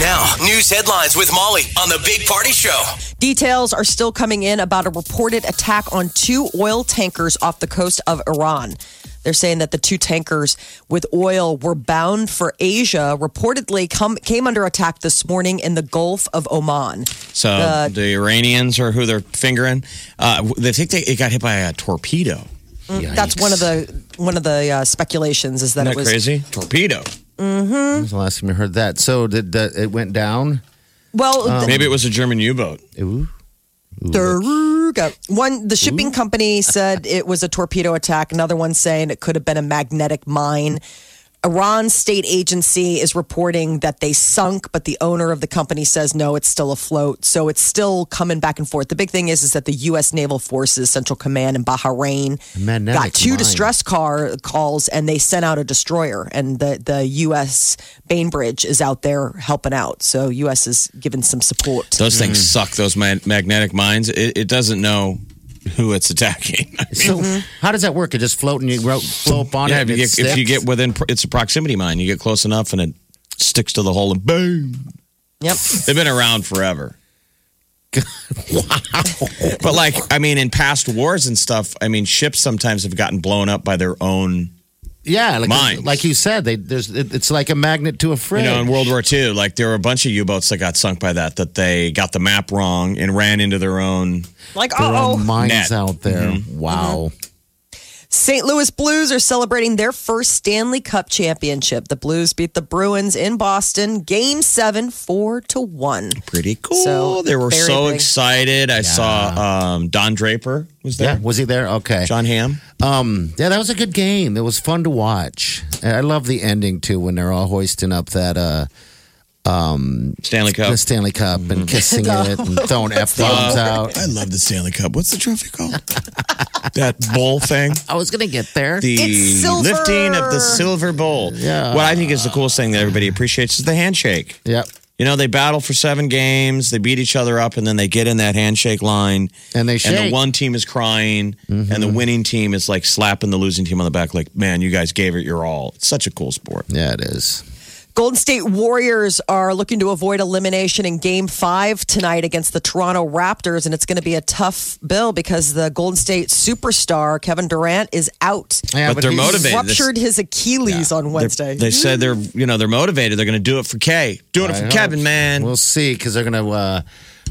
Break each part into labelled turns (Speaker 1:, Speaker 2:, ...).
Speaker 1: Now, news headlines with Molly on the Big Party Show.
Speaker 2: Details are still coming in about a reported attack on two oil tankers off the coast of Iran. They're saying that the two tankers with oil were bound for Asia, reportedly come, came under attack this morning in the Gulf of Oman.
Speaker 3: So the, Iranians are who they're fingering. Uh, w- they think they, it got hit by a torpedo.
Speaker 2: That's one of the one of the uh, speculations is that
Speaker 3: Isn't
Speaker 2: it
Speaker 3: that
Speaker 2: was
Speaker 3: crazy? Torpedo.
Speaker 4: When's the last time you heard that? So did that? It went down.
Speaker 2: well th-
Speaker 3: Maybe it was a German U-boat.
Speaker 4: Ooh.
Speaker 2: Daruga. One, the shipping company said it was a torpedo attack. Another one saying it could have been a magnetic mine. Iran's state agency is reporting that they sunk, but the owner of the company says no, it's still afloat. So it's still coming back and forth. The big thing is, is that the U.S. Naval Forces Central Command in Bahrain
Speaker 4: magnetic
Speaker 2: got two
Speaker 4: mine.
Speaker 2: distress car calls, and they sent out a destroyer. And the the U.S. Bainbridge is out there helping out. So U.S. is giving some support.
Speaker 3: Those things suck. Those ma- magnetic mines. It, it doesn't know who it's attacking. I mean,
Speaker 4: So how does that work? It just float and you ro- flow up on
Speaker 3: yeah, if,
Speaker 4: it.
Speaker 3: you
Speaker 4: and it
Speaker 3: get, if you
Speaker 4: sticks?
Speaker 3: get within, pro- it's a proximity mine. You get close enough, and it sticks to the hole, and boom.
Speaker 2: Yep.
Speaker 3: They've been around forever. wow. But like, I mean, in past wars and stuff, I mean, ships sometimes have gotten blown up by their own.
Speaker 4: yeah, like,
Speaker 3: mines.
Speaker 4: like you said, they, there's it, it's like a magnet to a
Speaker 3: You
Speaker 4: fridge.
Speaker 3: know, in World War II, like there were a bunch of U-boats that got sunk by that. That they got the map wrong and ran into their own.
Speaker 2: Like,
Speaker 4: There
Speaker 2: oh.
Speaker 4: are mines
Speaker 3: Net. Mm-hmm.
Speaker 4: out there. Wow.
Speaker 2: St. Louis Blues are celebrating their first Stanley Cup championship. The Blues beat the Bruins in Boston, game seven, four to one.
Speaker 3: Pretty cool.
Speaker 2: So,
Speaker 3: they were
Speaker 2: very
Speaker 3: so
Speaker 2: big.
Speaker 3: excited. I saw um, Don Draper was there.
Speaker 4: Yeah, was he there? Okay.
Speaker 3: John Hamm.
Speaker 4: Um, yeah, that was a good game. It was fun to watch. And I love the ending too when they're all hoisting up that uh
Speaker 3: Stanley Cup.
Speaker 4: the Stanley Cup
Speaker 3: Mm-hmm.
Speaker 4: and kissing it and throwing f bombs out.
Speaker 3: I love the Stanley Cup. What's the trophy called? that bowl thing.
Speaker 4: I was gonna get there.
Speaker 3: the
Speaker 2: It's silver.
Speaker 3: lifting of the silver bowl.
Speaker 4: Yeah.
Speaker 3: What I think is the coolest thing that everybody appreciates is the handshake.
Speaker 4: yep.
Speaker 3: You know, they battle for seven games, they beat each other up, and then they get in that handshake line.
Speaker 4: And
Speaker 3: And
Speaker 4: they
Speaker 3: the
Speaker 4: shake. Mm-hmm.
Speaker 3: one team is crying, and the winning team is like slapping the losing team on the back, like, man, you guys gave it your all. It's such a cool sport.
Speaker 4: Yeah, it is.
Speaker 2: Golden State Warriors are looking to avoid elimination in game five tonight against the Toronto Raptors, and it's going to be a tough bill because the Golden State superstar, Kevin Durant, is out.
Speaker 4: Yeah,
Speaker 3: But they're
Speaker 4: he's-
Speaker 3: motivated. Motivated. This-
Speaker 2: Ruptured his Achilles on
Speaker 3: They're-
Speaker 2: Wednesday.
Speaker 3: They said they're, you know, they're motivated. They're going to do it for Kay. Doing it
Speaker 4: I
Speaker 3: for
Speaker 4: hope.
Speaker 3: Kevin, man.
Speaker 4: We'll see because they're going to uh,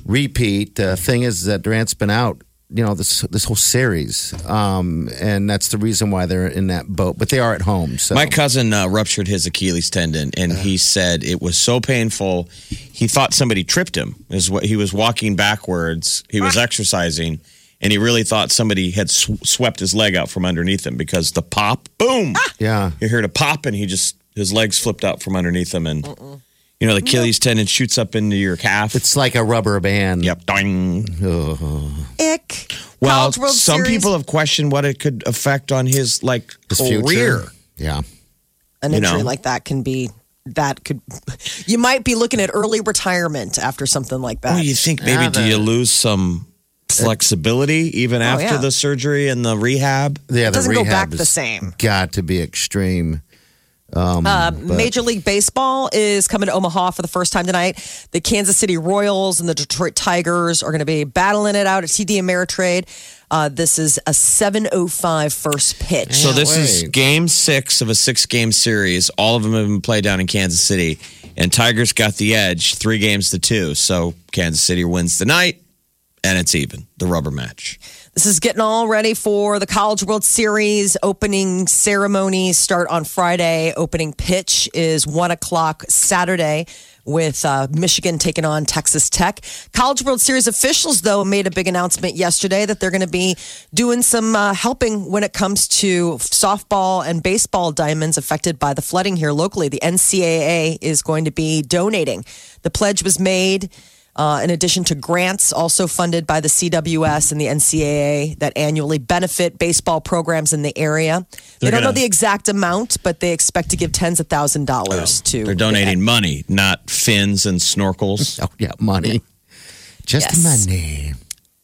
Speaker 4: repeat. The thing is that Durant's been out, you know, this this whole series, um, and that's the reason why they're in that boat. But they are at home, so
Speaker 3: My cousin uh, ruptured his Achilles tendon, and
Speaker 4: Uh-huh.
Speaker 3: he said it was so painful. He thought somebody tripped him. Is what he was walking backwards. He
Speaker 4: Ah.
Speaker 3: was exercising, and he really thought somebody had sw- swept his leg out from underneath him because the pop, boom!
Speaker 4: yeah,
Speaker 3: You heard a pop, and he just his legs flipped out from underneath him, and you know the Achilles tendon shoots up into your calf.
Speaker 4: it's like a rubber band.
Speaker 3: yep, ding.
Speaker 2: Ick.
Speaker 3: Well,
Speaker 2: College World
Speaker 3: some
Speaker 2: Series.
Speaker 3: people have questioned what it could affect on his like
Speaker 4: His
Speaker 3: career.
Speaker 4: future. Yeah.
Speaker 2: an
Speaker 3: you
Speaker 2: injury
Speaker 3: know.
Speaker 2: like that can be that could you might be looking at early retirement after something like that.
Speaker 3: Well, you think maybe
Speaker 4: Yeah,
Speaker 3: do you lose some flexibility even after
Speaker 2: yeah.
Speaker 3: the surgery and the rehab?
Speaker 4: Yeah,
Speaker 2: it
Speaker 4: the
Speaker 2: doesn't go back
Speaker 4: rehab
Speaker 2: the
Speaker 4: has
Speaker 2: same.
Speaker 4: Got to be extreme.
Speaker 2: Uh,
Speaker 3: Um,
Speaker 2: Major League Baseball is coming to Omaha for the first time tonight. The Kansas City Royals and the Detroit Tigers are going to be battling it out at TD Ameritrade. Uh, this is a 7:05 first pitch.
Speaker 3: So this is
Speaker 4: wait.
Speaker 3: game six of a six game series. All of them have been played down in Kansas City. And Tigers got the edge, three games to two. So Kansas City wins the night and it's even. The rubber match.
Speaker 2: This is getting all ready for the College World Series opening ceremonies start on Friday. Opening pitch is one o'clock Saturday with uh, Michigan taking on Texas Tech. College World Series officials, though, made a big announcement yesterday that they're going to be doing some uh, helping when it comes to softball and baseball diamonds affected by the flooding here locally. The NCAA is going to be donating. The pledge was made Uh, in addition to grants also funded by the CWS and the NCAA that annually benefit baseball programs in the area. They
Speaker 3: They're
Speaker 2: don't know
Speaker 3: gonna-
Speaker 2: the exact amount, but they expect to give tens of thousand dollars to.
Speaker 3: Oh, They're donating money, not fins and snorkels.
Speaker 4: Oh, yeah, money. Just
Speaker 2: Yes.
Speaker 4: money.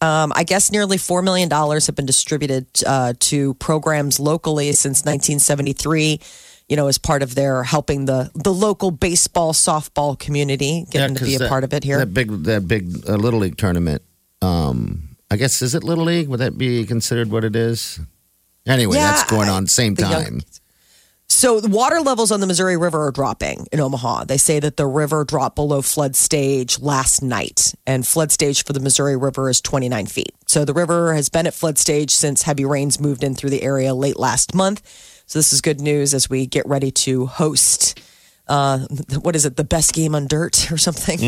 Speaker 2: Um, I guess nearly $4 million have been distributed uh, to programs locally since 1973, you know, as part of their helping the, the local baseball, softball community, getting to
Speaker 4: 'cause
Speaker 2: be a
Speaker 4: that-
Speaker 2: part of it here.
Speaker 4: That big, that big uh, little league tournament. Um, I guess is it little league? Would that be considered what it is? Anyway,
Speaker 2: Yeah,
Speaker 4: that's going on same
Speaker 2: the young-
Speaker 4: time.
Speaker 2: So the water levels on the Missouri River are dropping in Omaha. They say that the river dropped below flood stage last night, and flood stage for the Missouri River is 29 feet. So the river has been at flood stage since heavy rains moved in through the area late last month. So this is good news as we get ready to host uh, what is it, the best game on dirt or something?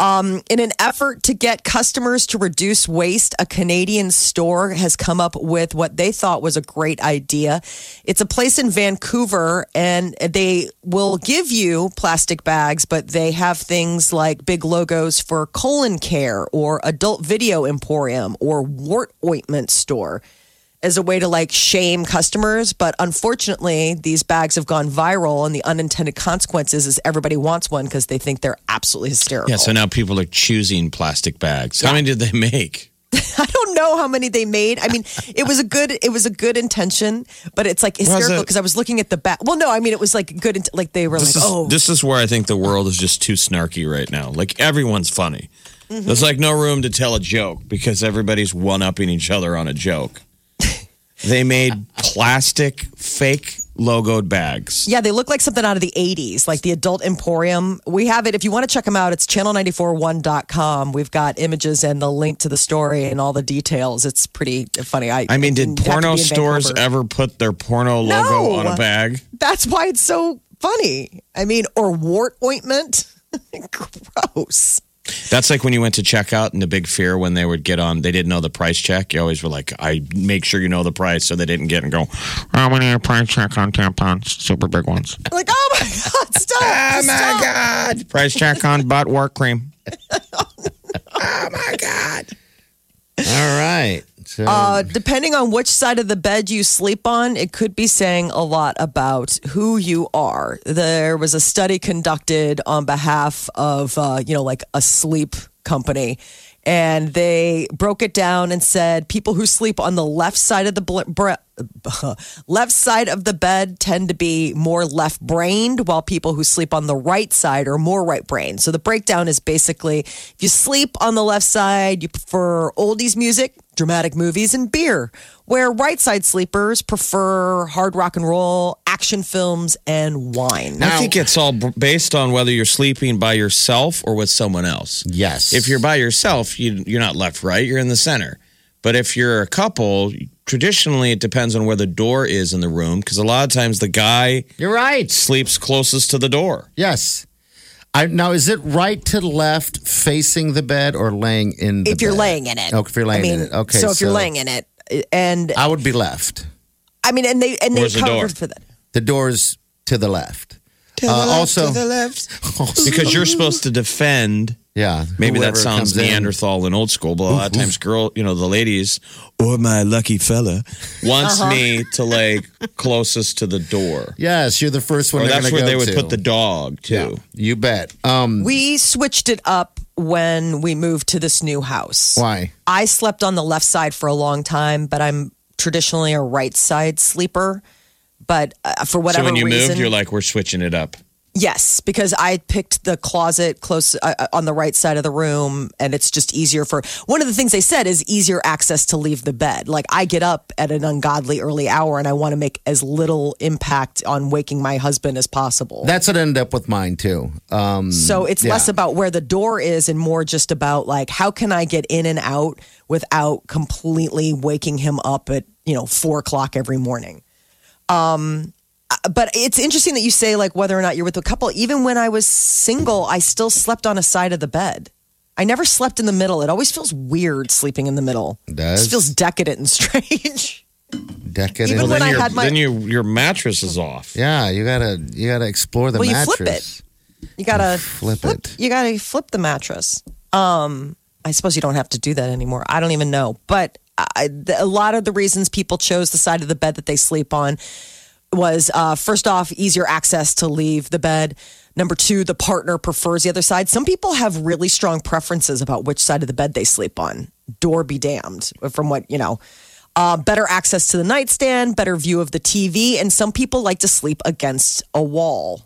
Speaker 2: In an effort to get customers to reduce waste, a Canadian store has come up with what they thought was a great idea. It's a place in Vancouver, and they will give you plastic bags, but they have things like big logos for colon care or adult video emporium or wart ointment store as a way to like shame customers. But unfortunately, these bags have gone viral, and the unintended consequences is everybody wants one because they think they're absolutely hysterical.
Speaker 3: Yeah, so now people are choosing plastic bags. How many did they make?
Speaker 2: I don't know how many they made. I mean, it was a good it was a good intention, but it's like hysterical
Speaker 3: it?
Speaker 2: because I was looking at the back. Well, no, I mean it was like good. Int- like they were
Speaker 3: This
Speaker 2: like,
Speaker 3: is
Speaker 2: oh,
Speaker 3: this is where I think the world is just too snarky right now. Like everyone's funny.
Speaker 2: Mm-hmm.
Speaker 3: There's like no room to tell a joke because everybody's one upping each other on a joke. they made plastic fake logoed bags.
Speaker 2: yeah, they look like something out of the '80s, like the Adult Emporium. We have it if you want to check them out. It's channel941.com. We've got images and the link to the story and all the details. It's pretty funny. I
Speaker 3: I mean, did
Speaker 2: you have to
Speaker 3: porno
Speaker 2: be in
Speaker 3: stores
Speaker 2: Vancouver.
Speaker 3: ever put their porno logo on a bag?
Speaker 2: That's why it's so funny. I mean, or wart ointment. Gross.
Speaker 3: That's like when you went to checkout and the big fear when they would get on, they didn't know the price check. You always were like, I make sure you know the price so they didn't get and go,
Speaker 5: I'm going to price check on tampons, super big ones.
Speaker 2: Like, oh my god, stop! Oh my god.
Speaker 3: price check on butt work cream.
Speaker 4: All right. So,
Speaker 2: Uh, depending on which side of the bed you sleep on, it could be saying a lot about who you are. There was a study conducted on behalf of, uh, you know, like a sleep company, and they broke it down and said people who sleep on the left side of the bl- bre- left side of the bed tend to be more left brained, while people who sleep on the right side are more right brained. So the breakdown is basically if you sleep on the left side, you prefer oldies music, dramatic movies, and beer, where right side sleepers prefer hard rock and roll, action films, and wine.
Speaker 3: I think it's all b- based on whether you're sleeping by yourself or with someone else.
Speaker 4: yes.
Speaker 3: If you're by yourself, you, you're not left, right? You're in the center. But if you're a couple, traditionally it depends on where the door is in the room because a lot of times the guy
Speaker 4: you're right.
Speaker 3: sleeps closest to the door.
Speaker 4: Yes. I, now, is it right to left facing the bed or laying in the
Speaker 2: if you're
Speaker 4: bed?
Speaker 2: laying in it,
Speaker 4: Oh, if you're laying in it. Okay,
Speaker 2: So if you're
Speaker 4: so-
Speaker 2: laying in it, and
Speaker 4: I would be left.
Speaker 2: I mean, and they and they
Speaker 3: Where's the door?
Speaker 2: covered for that.
Speaker 4: The door's to the left. uh, also,
Speaker 3: Because you're supposed to defend.
Speaker 4: yeah.
Speaker 3: Maybe
Speaker 4: whoever
Speaker 3: that sounds
Speaker 4: comes in.
Speaker 3: Neanderthal and old school, but a lot of times, girl, you know, the ladies or my lucky fella wants
Speaker 4: Uh-huh.
Speaker 3: me to lay closest to the door.
Speaker 4: Yes, you're the first one.
Speaker 3: Or
Speaker 4: they're
Speaker 3: Oh, that's
Speaker 4: gonna
Speaker 3: where
Speaker 4: go
Speaker 3: they would
Speaker 4: to.
Speaker 3: put the dog too.
Speaker 4: Yeah, you bet. Um,
Speaker 2: We switched it up when we moved to this new house.
Speaker 4: why?
Speaker 2: I slept on the left side for a long time, but I'm traditionally a right side sleeper. But uh, for
Speaker 3: So
Speaker 2: whatever
Speaker 3: when you
Speaker 2: reason,
Speaker 3: moved, you're like, we're switching it up.
Speaker 2: yes, because I picked the closet close uh, uh, on the right side of the room, and it's just easier for. One of the things they said is easier access to leave the bed. Like I get up at an ungodly early hour, and I want to make as little impact on waking my husband as possible.
Speaker 4: That's what ended up with mine too. Um,
Speaker 2: So it's
Speaker 4: Yeah.
Speaker 2: less about where the door is and more just about like how can I get in and out without completely waking him up at you know four o'clock every morning. Um, uh, but it's interesting that you say like whether or not you're with a couple. Even when I was single, I still slept on a side of the bed. I never slept in the middle. It always feels weird sleeping in the middle. It
Speaker 4: does.
Speaker 2: just feels decadent and strange.
Speaker 4: decadent.
Speaker 2: even when
Speaker 3: then
Speaker 2: I
Speaker 3: your-
Speaker 2: had my-
Speaker 3: then your your mattress is off.
Speaker 4: yeah, you gotta you gotta explore the
Speaker 2: Well, you
Speaker 4: mattress.
Speaker 2: flip it. You gotta
Speaker 4: Flip it.
Speaker 2: You gotta flip the mattress. Um, I suppose you don't have to do that anymore. I don't even know, but I, the, a lot of the reasons people chose the side of the bed that they sleep on was uh, first off easier access to leave the bed. Number two, the partner prefers the other side. Some people have really strong preferences about which side of the bed they sleep on. Door be damned from what you know. Uh, better access to the nightstand, better view of the TV, and some people like to sleep against a wall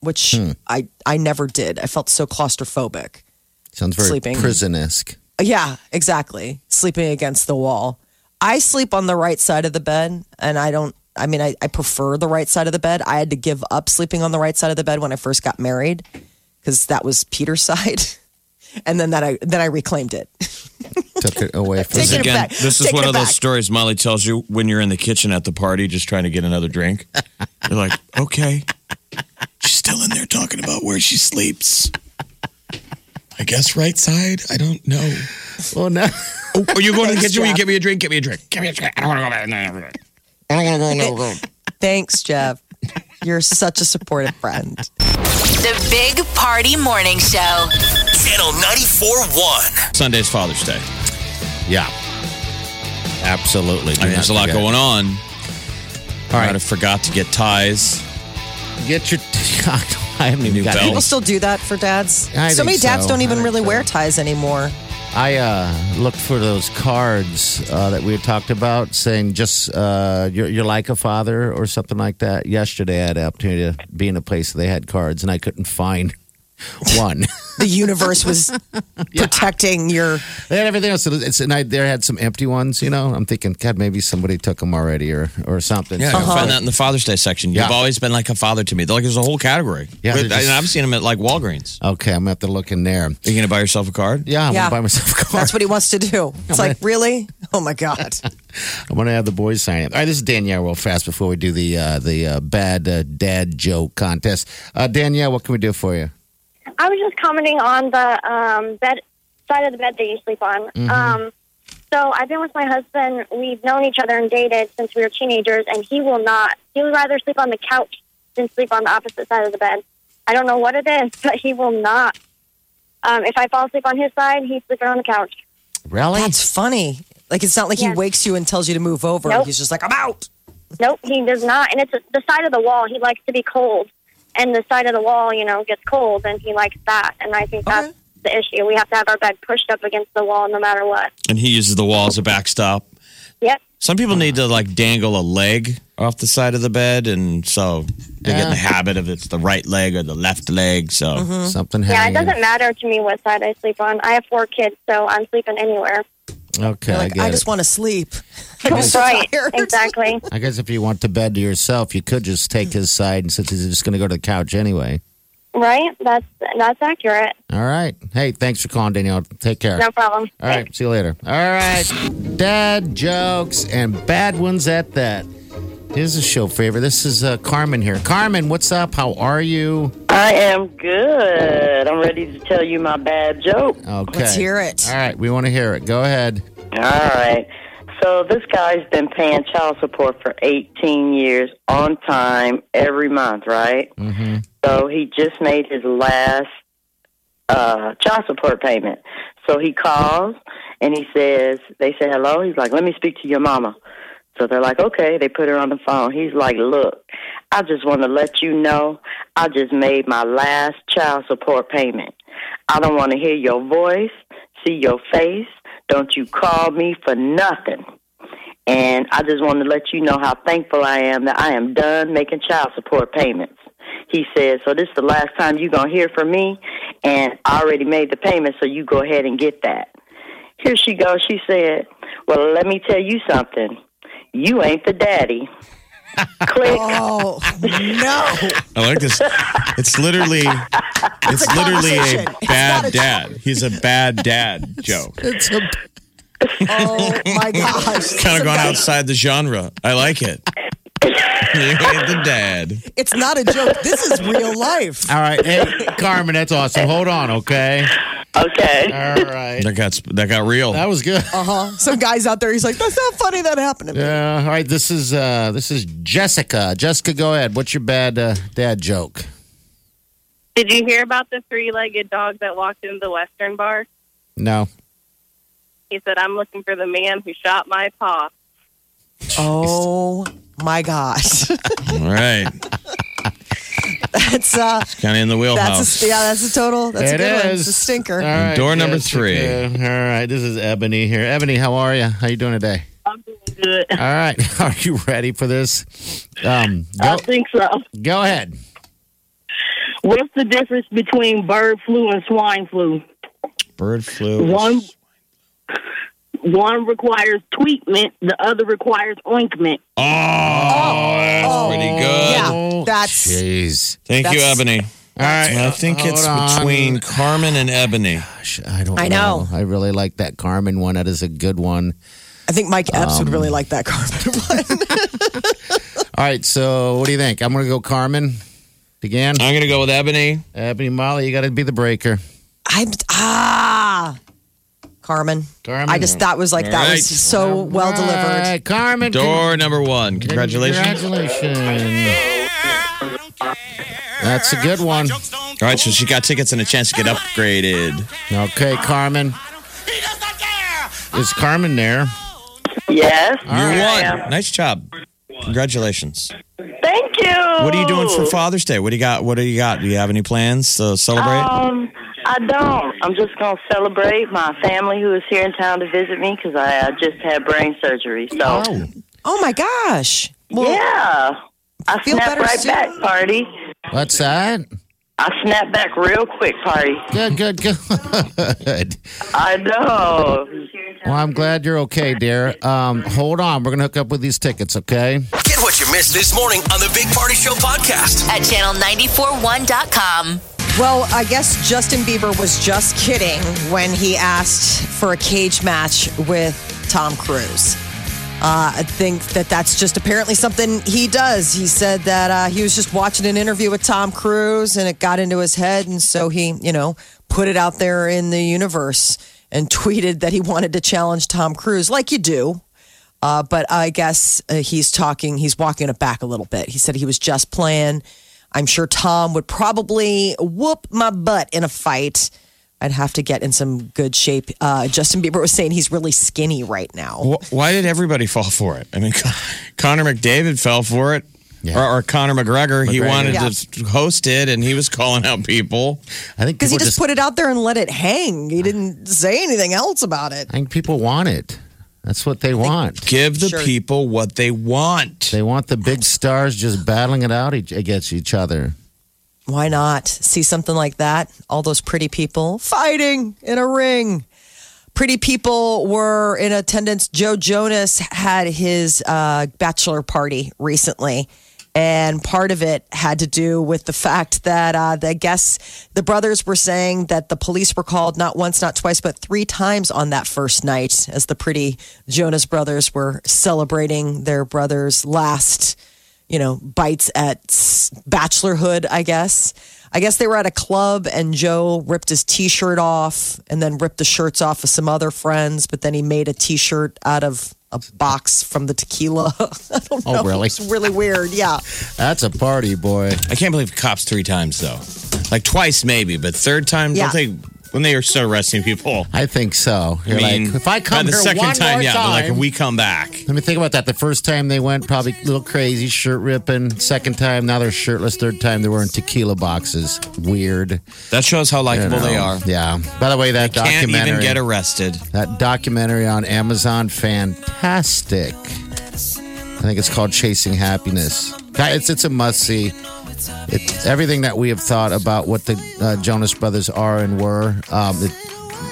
Speaker 2: which
Speaker 4: Hmm.
Speaker 2: I I never did. I felt so claustrophobic.
Speaker 4: Sounds very
Speaker 2: Sleeping.
Speaker 4: prison esque.
Speaker 2: Yeah, exactly. Sleeping against the wall. I sleep on the right side of the bed, and I don't. I mean, I, I prefer the right side of the bed. I had to give up sleeping on the right side of the bed when I first got married because that was Peter's side, and then that I then I reclaimed it.
Speaker 4: Took it away from
Speaker 2: Take
Speaker 4: me.
Speaker 2: it
Speaker 3: Again,
Speaker 2: back.
Speaker 3: this is
Speaker 2: Taking
Speaker 3: one
Speaker 2: it
Speaker 3: of those
Speaker 2: back.
Speaker 3: stories Molly tells you when you're in the kitchen at the party just trying to get another drink. You're like, okay. She's still in there talking about where she sleeps. I guess right side. I don't know.
Speaker 4: Well, now
Speaker 3: Oh, are you going to the kitchen? Will you
Speaker 2: Jeff.
Speaker 3: get me a drink? Get me a drink.
Speaker 5: Give me a drink. I don't want to go back in there.
Speaker 2: Thanks, Jeff. You're such a supportive friend.
Speaker 6: The Big Party Morning Show.
Speaker 1: Channel 94.1.
Speaker 3: Sunday's Father's Day.
Speaker 4: yeah, absolutely. Do
Speaker 3: I mean, there's a
Speaker 4: not
Speaker 3: lot
Speaker 4: forget.
Speaker 3: going on.
Speaker 4: All
Speaker 3: I
Speaker 4: right,
Speaker 3: forgot to get ties.
Speaker 4: get your. I haven't even
Speaker 3: New
Speaker 4: got.
Speaker 3: belt.
Speaker 2: People still do that for dads.
Speaker 4: I
Speaker 2: so
Speaker 4: think
Speaker 2: many dads
Speaker 4: so.
Speaker 2: don't
Speaker 4: I
Speaker 2: even
Speaker 4: think
Speaker 2: really
Speaker 4: so.
Speaker 2: wear ties anymore.
Speaker 4: I uh, looked for those cards uh, that we had talked about, saying just uh, you're, you're like a father or something like that. Yesterday, I had the opportunity to be in a place that they had cards, and I couldn't find one.
Speaker 2: the universe was protecting your
Speaker 4: they had everything else. It's, and I, there had some empty ones. You know, I'm thinking, God, maybe somebody took them already or or something. Uh-huh.
Speaker 3: Yeah,
Speaker 4: So-
Speaker 3: I found that in the Father's Day section. You've
Speaker 4: Yeah.
Speaker 3: always been like a father to me. Like there's a whole category.
Speaker 4: Yeah,
Speaker 3: But-
Speaker 4: they're just-
Speaker 3: and I've seen them at like Walgreens.
Speaker 4: Okay, I'm gonna have to look in there.
Speaker 3: Are you gonna buy yourself a card?
Speaker 4: Yeah, I'm
Speaker 2: Yeah.
Speaker 4: gonna buy myself a card.
Speaker 2: that's what he wants to do it's like really oh my god
Speaker 4: I'm gonna have the boys sign it. All right, this is Danielle real fast before we do the uh, the uh, bad uh, dad joke contest. Uh, Danielle, what can we do for you?
Speaker 7: I was just commenting on the um, bed side of the bed that you sleep on. Um, so I've been with my husband. We've known each other and dated since we were teenagers, and he will not. He would rather sleep on the couch than sleep on the opposite side of the bed. I don't know what it is, but he will not. Um, if I fall asleep on his side, he's sleeping on the couch.
Speaker 4: Really?
Speaker 2: that's funny like it's not like he
Speaker 7: Yes.
Speaker 2: wakes you and tells you to move over
Speaker 7: Nope.
Speaker 2: he's just like i'm out
Speaker 7: Nope, he does not. And it's the side of the wall. He likes to be cold, and the side of the wall, you know, gets cold, and he likes that. And I think that's
Speaker 2: Okay.
Speaker 7: the issue. We have to have our bed pushed up against the wall, no matter what.
Speaker 3: And he uses the wall as a backstop.
Speaker 7: Yep.
Speaker 3: Some people need to like dangle a leg off the side of the bed, and so they get in the habit of it's the right leg or the left leg. So
Speaker 4: Something
Speaker 7: Yeah, it
Speaker 4: hanging.
Speaker 7: doesn't matter to me what side I sleep on. I have four kids, so I'm sleeping anywhere.
Speaker 4: Okay, I
Speaker 2: like
Speaker 4: get
Speaker 2: i
Speaker 4: it.
Speaker 2: just want to sleep i'm so
Speaker 7: right.
Speaker 2: tired
Speaker 7: Exactly.
Speaker 4: I guess if you want the bed to yourself, you could just take his side, and since he's just going to go to the couch anyway.
Speaker 7: Right? That's that's accurate.
Speaker 4: All right. Hey, thanks for calling, Danielle. Take care.
Speaker 7: No problem.
Speaker 4: All right. See you later. All right. Dad jokes and bad ones at that. Here's a show favor. This is uh, Carmen here. Carmen, what's up? How are you?
Speaker 8: I am good. I'm ready to tell you my bad joke.
Speaker 4: Okay.
Speaker 2: Let's hear it.
Speaker 4: All right. We want to hear it. Go ahead.
Speaker 8: All right. So this guy's been paying child support for 18 years on time every month, right?
Speaker 4: Mm-hmm.
Speaker 8: So he just made his last uh, child support payment. So he calls and he says, they say hello. He's like, let me speak to your mama. So they're like, okay. They put her on the phone. He's like, look, I just want to let you know I just made my last child support payment. I don't want to hear your voice, see your face. Don't you call me for nothing. And I just want to let you know how thankful I am that I am done making child support payments. He said, So this is the last time you're going to hear from me, and I already made the payment, so you go ahead and get that. Here she goes. She said, Well, let me tell you something. You ain't the daddy. Click.
Speaker 2: oh no
Speaker 3: I like this. It's literally, it's literally
Speaker 2: conversation.
Speaker 3: a bad dad. He's a bad dad joke.
Speaker 4: It's a,
Speaker 2: oh my gosh
Speaker 3: Kind of gone outside the genre. I like it. You ain't the dad.
Speaker 2: it's not a joke this is real life
Speaker 4: all right. Hey, Carmen, that's awesome. Hold on. Okay.
Speaker 8: Okay.
Speaker 4: All right.
Speaker 3: That got that got real.
Speaker 4: That was good.
Speaker 2: uh-huh some guys out there he's like that's not funny that happened to me
Speaker 4: Yeah. All right. This is uh, this is Jessica. Jessica, go ahead. What's your bad uh, dad joke?
Speaker 9: Did you hear about the three-legged dog that walked into the Western bar?
Speaker 4: No.
Speaker 9: He said, "I'm looking for the man who shot my pa."
Speaker 2: Oh my gosh.
Speaker 3: All right.
Speaker 2: that's uh
Speaker 3: Kind of in the
Speaker 2: that's
Speaker 3: wheelhouse.
Speaker 2: a, yeah, that's a total that's a
Speaker 4: Oh, It
Speaker 2: good one. It's a
Speaker 4: is. Uh,
Speaker 2: stinker.
Speaker 4: All right,
Speaker 3: Door number
Speaker 4: yes,
Speaker 3: three.
Speaker 4: okay. All right, this is Ebony here. Ebony, how are you? How you doing today?
Speaker 9: I'm doing good.
Speaker 4: All right, are you ready for this? Um,
Speaker 10: I
Speaker 4: go,
Speaker 10: think so.
Speaker 4: go ahead.
Speaker 10: What's the difference between bird flu and swine flu?
Speaker 3: Bird flu.
Speaker 10: One one requires treatment, the other requires ointment.
Speaker 3: Oh, that's pretty good.
Speaker 2: Yeah, that's
Speaker 4: Jeez.
Speaker 3: Thank you,
Speaker 2: That's-
Speaker 3: Ebony.
Speaker 4: All right,
Speaker 3: I think
Speaker 4: hold
Speaker 3: it's
Speaker 4: on.
Speaker 3: between Carmen and Ebony.
Speaker 4: Gosh, I don't.
Speaker 2: I know.
Speaker 4: I really like that Carmen one. That is a good one.
Speaker 2: I think Mike Epps
Speaker 4: um,
Speaker 2: would really like that Carmen one.
Speaker 4: All right, so what do you think? I'm going to go Carmen. Again,
Speaker 3: I'm gonna go with Ebony.
Speaker 4: Ebony Molly, you got to be the breaker.
Speaker 2: I'm ah Carmen.
Speaker 4: Carmen.
Speaker 2: I just thought was like that
Speaker 3: All right.
Speaker 2: was so well
Speaker 4: All
Speaker 2: delivered.
Speaker 4: right, Carmen.
Speaker 3: Door number one. Congratulations.
Speaker 4: Congratulations. That's a good one.
Speaker 3: All right, so she got tickets and a chance to get upgraded.
Speaker 4: Okay, Carmen. Is Carmen there?
Speaker 8: Yes.
Speaker 3: You won. Nice job. Congratulations.
Speaker 8: Thank you.
Speaker 3: What are you doing
Speaker 2: Oh.
Speaker 3: for Father's Day? What do you got? What do you got? Do you have any plans to celebrate?
Speaker 2: Uh,
Speaker 8: Um, I don't. I'm just going to celebrate my family who is here in town to visit me because I uh, just had brain surgery. So,
Speaker 2: Oh my gosh. Well,
Speaker 8: yeah. I
Speaker 2: Feel
Speaker 8: snap
Speaker 2: better
Speaker 8: right
Speaker 2: soon.
Speaker 8: back, party.
Speaker 4: Oh, What's that?
Speaker 8: I snap back real quick, party.
Speaker 4: Good, good, good.
Speaker 8: I know.
Speaker 4: Well, I'm glad you're okay, dear. Um, hold on. We're going to hook up with these tickets, okay?
Speaker 1: Get what you missed this morning on the Big Party Show podcast.
Speaker 6: at channel941.com.
Speaker 2: Well, I guess Justin Bieber was just kidding when he asked for a cage match with Tom Cruise. Uh, I think that that's just apparently something he does. He said that uh, he was just watching an interview with Tom Cruise and it got into his head. And so he, you know, put it out there in the universe and tweeted that he wanted to challenge Tom Cruise, like you do. Uh, but I guess uh, he's talking, he's walking it back a little bit. He said he was just playing. I'm sure Tom would probably whoop my butt in a fight. I'd have to get in some good shape. Uh, Justin Bieber was saying he's really skinny right now.
Speaker 3: Wh- Why did everybody fall for it? I mean, Con- Connor McDavid fell for it.
Speaker 4: Yeah.
Speaker 3: Or, or Connor McGregor, he
Speaker 4: McGregor.
Speaker 3: wanted
Speaker 2: Yeah.
Speaker 3: to host it, and he was calling out people.
Speaker 4: I think
Speaker 2: Because he
Speaker 4: people
Speaker 2: just,
Speaker 4: just,
Speaker 2: put it out there and let it hang. He didn't say anything else about it.
Speaker 4: I think people want it. That's what they want.
Speaker 3: Give the
Speaker 2: Sure.
Speaker 3: people what they want.
Speaker 4: They want the big stars just battling it out each, against each other.
Speaker 2: Why not see something like that? All those pretty people fighting in a ring. Pretty people were in attendance. Joe Jonas had his uh, bachelor party recently, and part of it had to do with the fact that uh, the guests, the brothers were saying that the police were called not once, not twice, but three times on that first night as the pretty Jonas brothers were celebrating their brother's last you know, bites at s- bachelorhood, I guess. I guess they were at a club and Joe ripped his t shirt off and then ripped the shirts off of some other friends, but then he made a t shirt out of a box from the tequila. I don't
Speaker 4: Oh,
Speaker 2: know.
Speaker 4: really?
Speaker 2: It's really weird. Yeah.
Speaker 4: That's a party, boy.
Speaker 3: I can't believe cops three times though, like twice maybe, but third time.
Speaker 2: Yeah.
Speaker 3: Don't they? When they are so arresting people,
Speaker 4: I think so.
Speaker 3: I
Speaker 4: You're
Speaker 3: mean,
Speaker 4: like, if I come
Speaker 3: by the
Speaker 4: here
Speaker 3: second
Speaker 4: one
Speaker 3: time,
Speaker 4: more
Speaker 3: yeah,
Speaker 4: time,
Speaker 3: they're like we come back.
Speaker 4: Let me think about that. The first time they went, probably a little crazy, shirt ripping. Second time, now they're shirtless. Third time, they're wearing tequila boxes. Weird.
Speaker 3: That shows how
Speaker 4: You
Speaker 3: likable
Speaker 4: know.
Speaker 3: they are.
Speaker 4: Yeah. By the way, that
Speaker 3: Can't
Speaker 4: documentary.
Speaker 3: even get arrested.
Speaker 4: that documentary on Amazon, fantastic. I think it's called Chasing Happiness. Guy, It's it's a must see. It's everything that we have thought about what the uh, Jonas Brothers are and were. Um, it,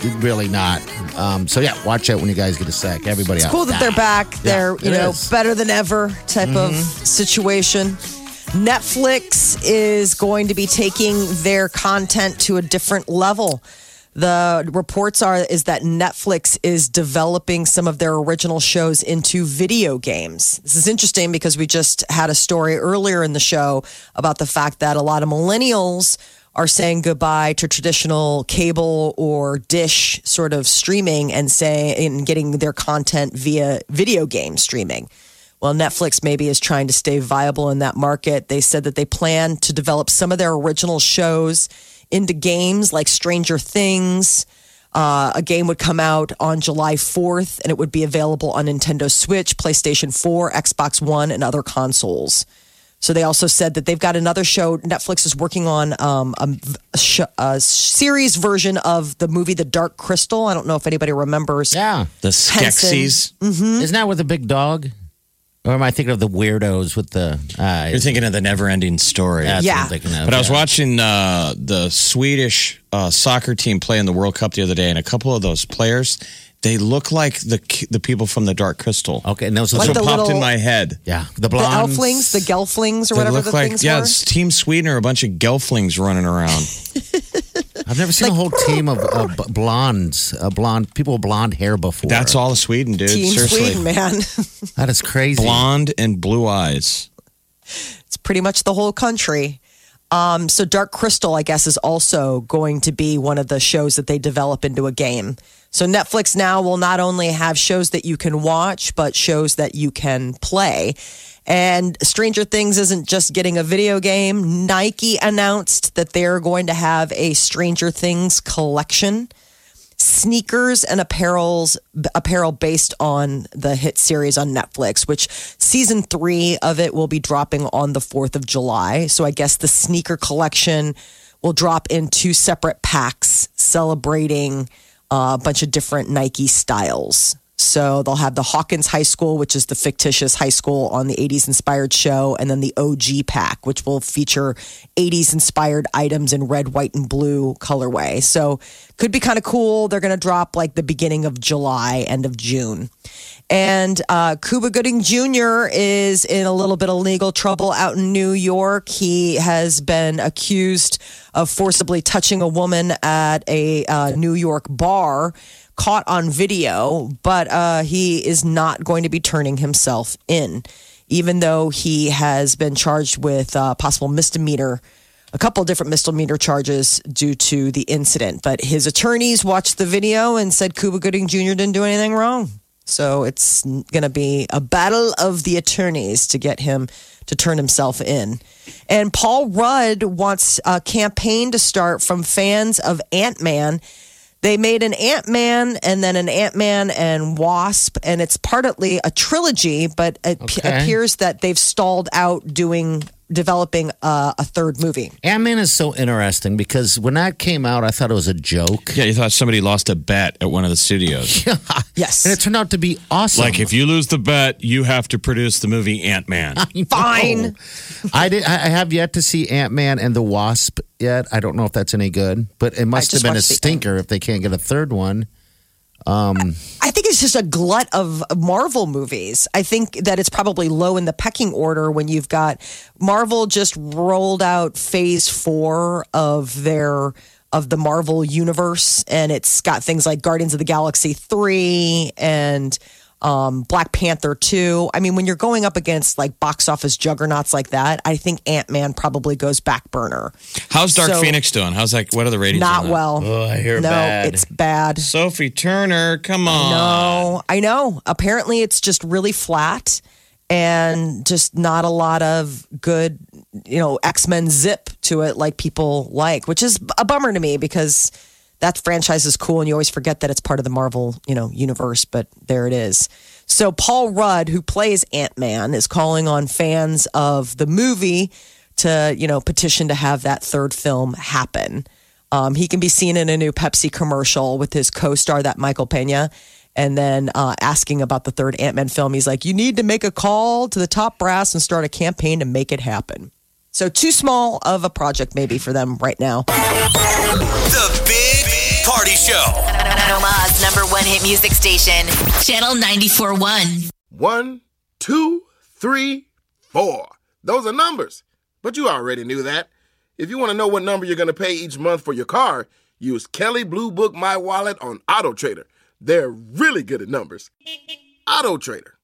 Speaker 4: it really not. Um, so yeah, watch out when you guys get a sec. Everybody
Speaker 2: It's
Speaker 4: out.
Speaker 2: cool that they're back. they're, you
Speaker 4: it
Speaker 2: know,
Speaker 4: is. Mm-hmm.
Speaker 2: better than ever type of situation. Netflix is going to be taking their content to a different level. The reports are is that Netflix is developing some of their original shows into video games. This is interesting because we just had a story earlier in the show about the fact that a lot of millennials are saying goodbye to traditional cable or dish sort of streaming and say and getting their content via video game streaming Well, Netflix maybe is trying to stay viable in that market. They said that they plan to develop some of their original shows into games like Stranger Things. Uh, a game would come out on July 4th and it would be available on Nintendo Switch, PlayStation 4, Xbox One, and other consoles. So they also said that they've got another show. Netflix is working on um, a, v- a sh- a series version of the movie The Dark Crystal. I don't know if anybody remembers.
Speaker 4: Yeah,
Speaker 3: the Skeksis.
Speaker 2: Mm-hmm.
Speaker 4: Isn't that with the big dog? Or am I thinking of the weirdos with the? Uh,
Speaker 3: You're thinking of the never-ending story.
Speaker 4: that's what
Speaker 2: Yeah.
Speaker 4: I'm thinking of.
Speaker 3: But I was
Speaker 4: yeah.
Speaker 3: watching uh, the Swedish uh, soccer team play in the World Cup the other day, and a couple of those players, they look like the ki- the people from the Dark Crystal.
Speaker 4: Okay, and those
Speaker 3: So
Speaker 2: Oh.
Speaker 4: are
Speaker 2: Like
Speaker 3: it
Speaker 4: the,
Speaker 2: the-
Speaker 3: popped in
Speaker 2: little-
Speaker 3: my head.
Speaker 4: yeah the
Speaker 2: The
Speaker 4: blondes.
Speaker 2: Elflings, the Gelflings, or
Speaker 3: They
Speaker 2: whatever
Speaker 3: look
Speaker 2: the
Speaker 3: like
Speaker 2: things
Speaker 3: yeah,
Speaker 2: were.
Speaker 3: it's Team Sweden are a bunch of gelflings running around.
Speaker 4: I've never seen a whole team of, of b- blondes, uh, blonde people, with blonde hair before.
Speaker 3: That's all of Sweden, dude.
Speaker 2: Team
Speaker 3: Seriously,
Speaker 2: Sweden, man.
Speaker 4: That is crazy.
Speaker 3: blonde and blue eyes.
Speaker 2: it's pretty much the whole country. Um, so Dark Crystal, I guess, is also going to be one of the shows that they develop into a game. So Netflix now will not only have shows that you can watch, but shows that you can play. And Stranger Things isn't just getting a video game. Nike announced that they're going to have a Stranger Things collection sneakers and apparels apparel based on the hit series on Netflix which season 3 of it will be dropping on the 4th of July so i guess the sneaker collection will drop in two separate packs celebrating uh, a bunch of different Nike styles so they'll have the Hawkins High School which is the fictitious high school on the 80s inspired show and then the OG pack which will feature 80s inspired items in red white and blue colorway so could be kind of cool. They're going to drop like the beginning of July, end of June. And uh, Cuba Gooding Jr. is in a little bit of legal trouble out in New York. He has been accused of forcibly touching a woman at a uh, New York bar, caught on video, but uh, he is not going to be turning himself in, even though he has been charged with uh, possible misdemeanor a couple different misdemeanor charges due to the incident. But his attorneys watched the video and said Cuba Gooding Jr. didn't do anything wrong. So it's going to be a battle of the attorneys to get him to turn himself in. And Paul Rudd wants a campaign to start from fans of Ant Man. They made an Ant Man and then an Ant Man and Wasp, and it's partly a trilogy, but it p-
Speaker 4: Okay.
Speaker 2: appears that they've stalled out doing developing uh, a third movie.
Speaker 4: Ant Man is so interesting because when that came out, I thought it was a joke.
Speaker 3: Yeah, you thought somebody lost a bet at one of the studios.
Speaker 2: Yes.
Speaker 4: And it turned out to be awesome.
Speaker 3: like if you lose the bet, you have to produce the movie Ant Man.
Speaker 2: Fine.
Speaker 4: I did. I I have yet to see Ant Man and the Wasp yet. I don't know if that's any good, but it must
Speaker 2: just
Speaker 4: have been a
Speaker 2: watched the end.
Speaker 4: stinker if they can't get a third one.
Speaker 2: I think it's just a glut of Marvel movies. I think that it's probably low in the pecking order when you've got Marvel just rolled out phase 4 of their of the Marvel universe and it's got things like Guardians of the Galaxy 3 and um, Black Panther 2. I mean, when you're going up against like box office juggernauts like that, I think Ant Man probably goes back burner.
Speaker 3: How's Dark
Speaker 2: So-
Speaker 3: Phoenix doing? How's like what are the ratings?
Speaker 2: Not
Speaker 3: on that?
Speaker 2: well.
Speaker 4: Oh, I hear
Speaker 2: no, it's bad.
Speaker 3: Sophie Turner, come on.
Speaker 2: No, I know. Apparently, it's just really flat and just not a lot of good, you know, X Men zip to it like people like, which is a bummer to me because that franchise is cool and you always forget that it's part of the Marvel, you know, universe, but there it is. So Paul Rudd, who plays Ant Man, is calling on fans of the movie to, you know, petition to have that third film happen. Um, he can be seen in a new Pepsi commercial with his co-star, that Michael Pena. And then uh, asking about the third Ant Man film, he's like, "You need to make a call to the top brass and start a campaign to make it happen." So too small of a project maybe for them right now.
Speaker 1: The Big Party Show.
Speaker 6: Omaha's number one hit music station, Channel 94.1.
Speaker 11: One, two, three, four. Those are numbers. But you already knew that. If you want to know what number you're going to pay each month for your car, use Kelly Blue Book My Wallet on Auto Trader. They're really good at numbers. Auto Trader.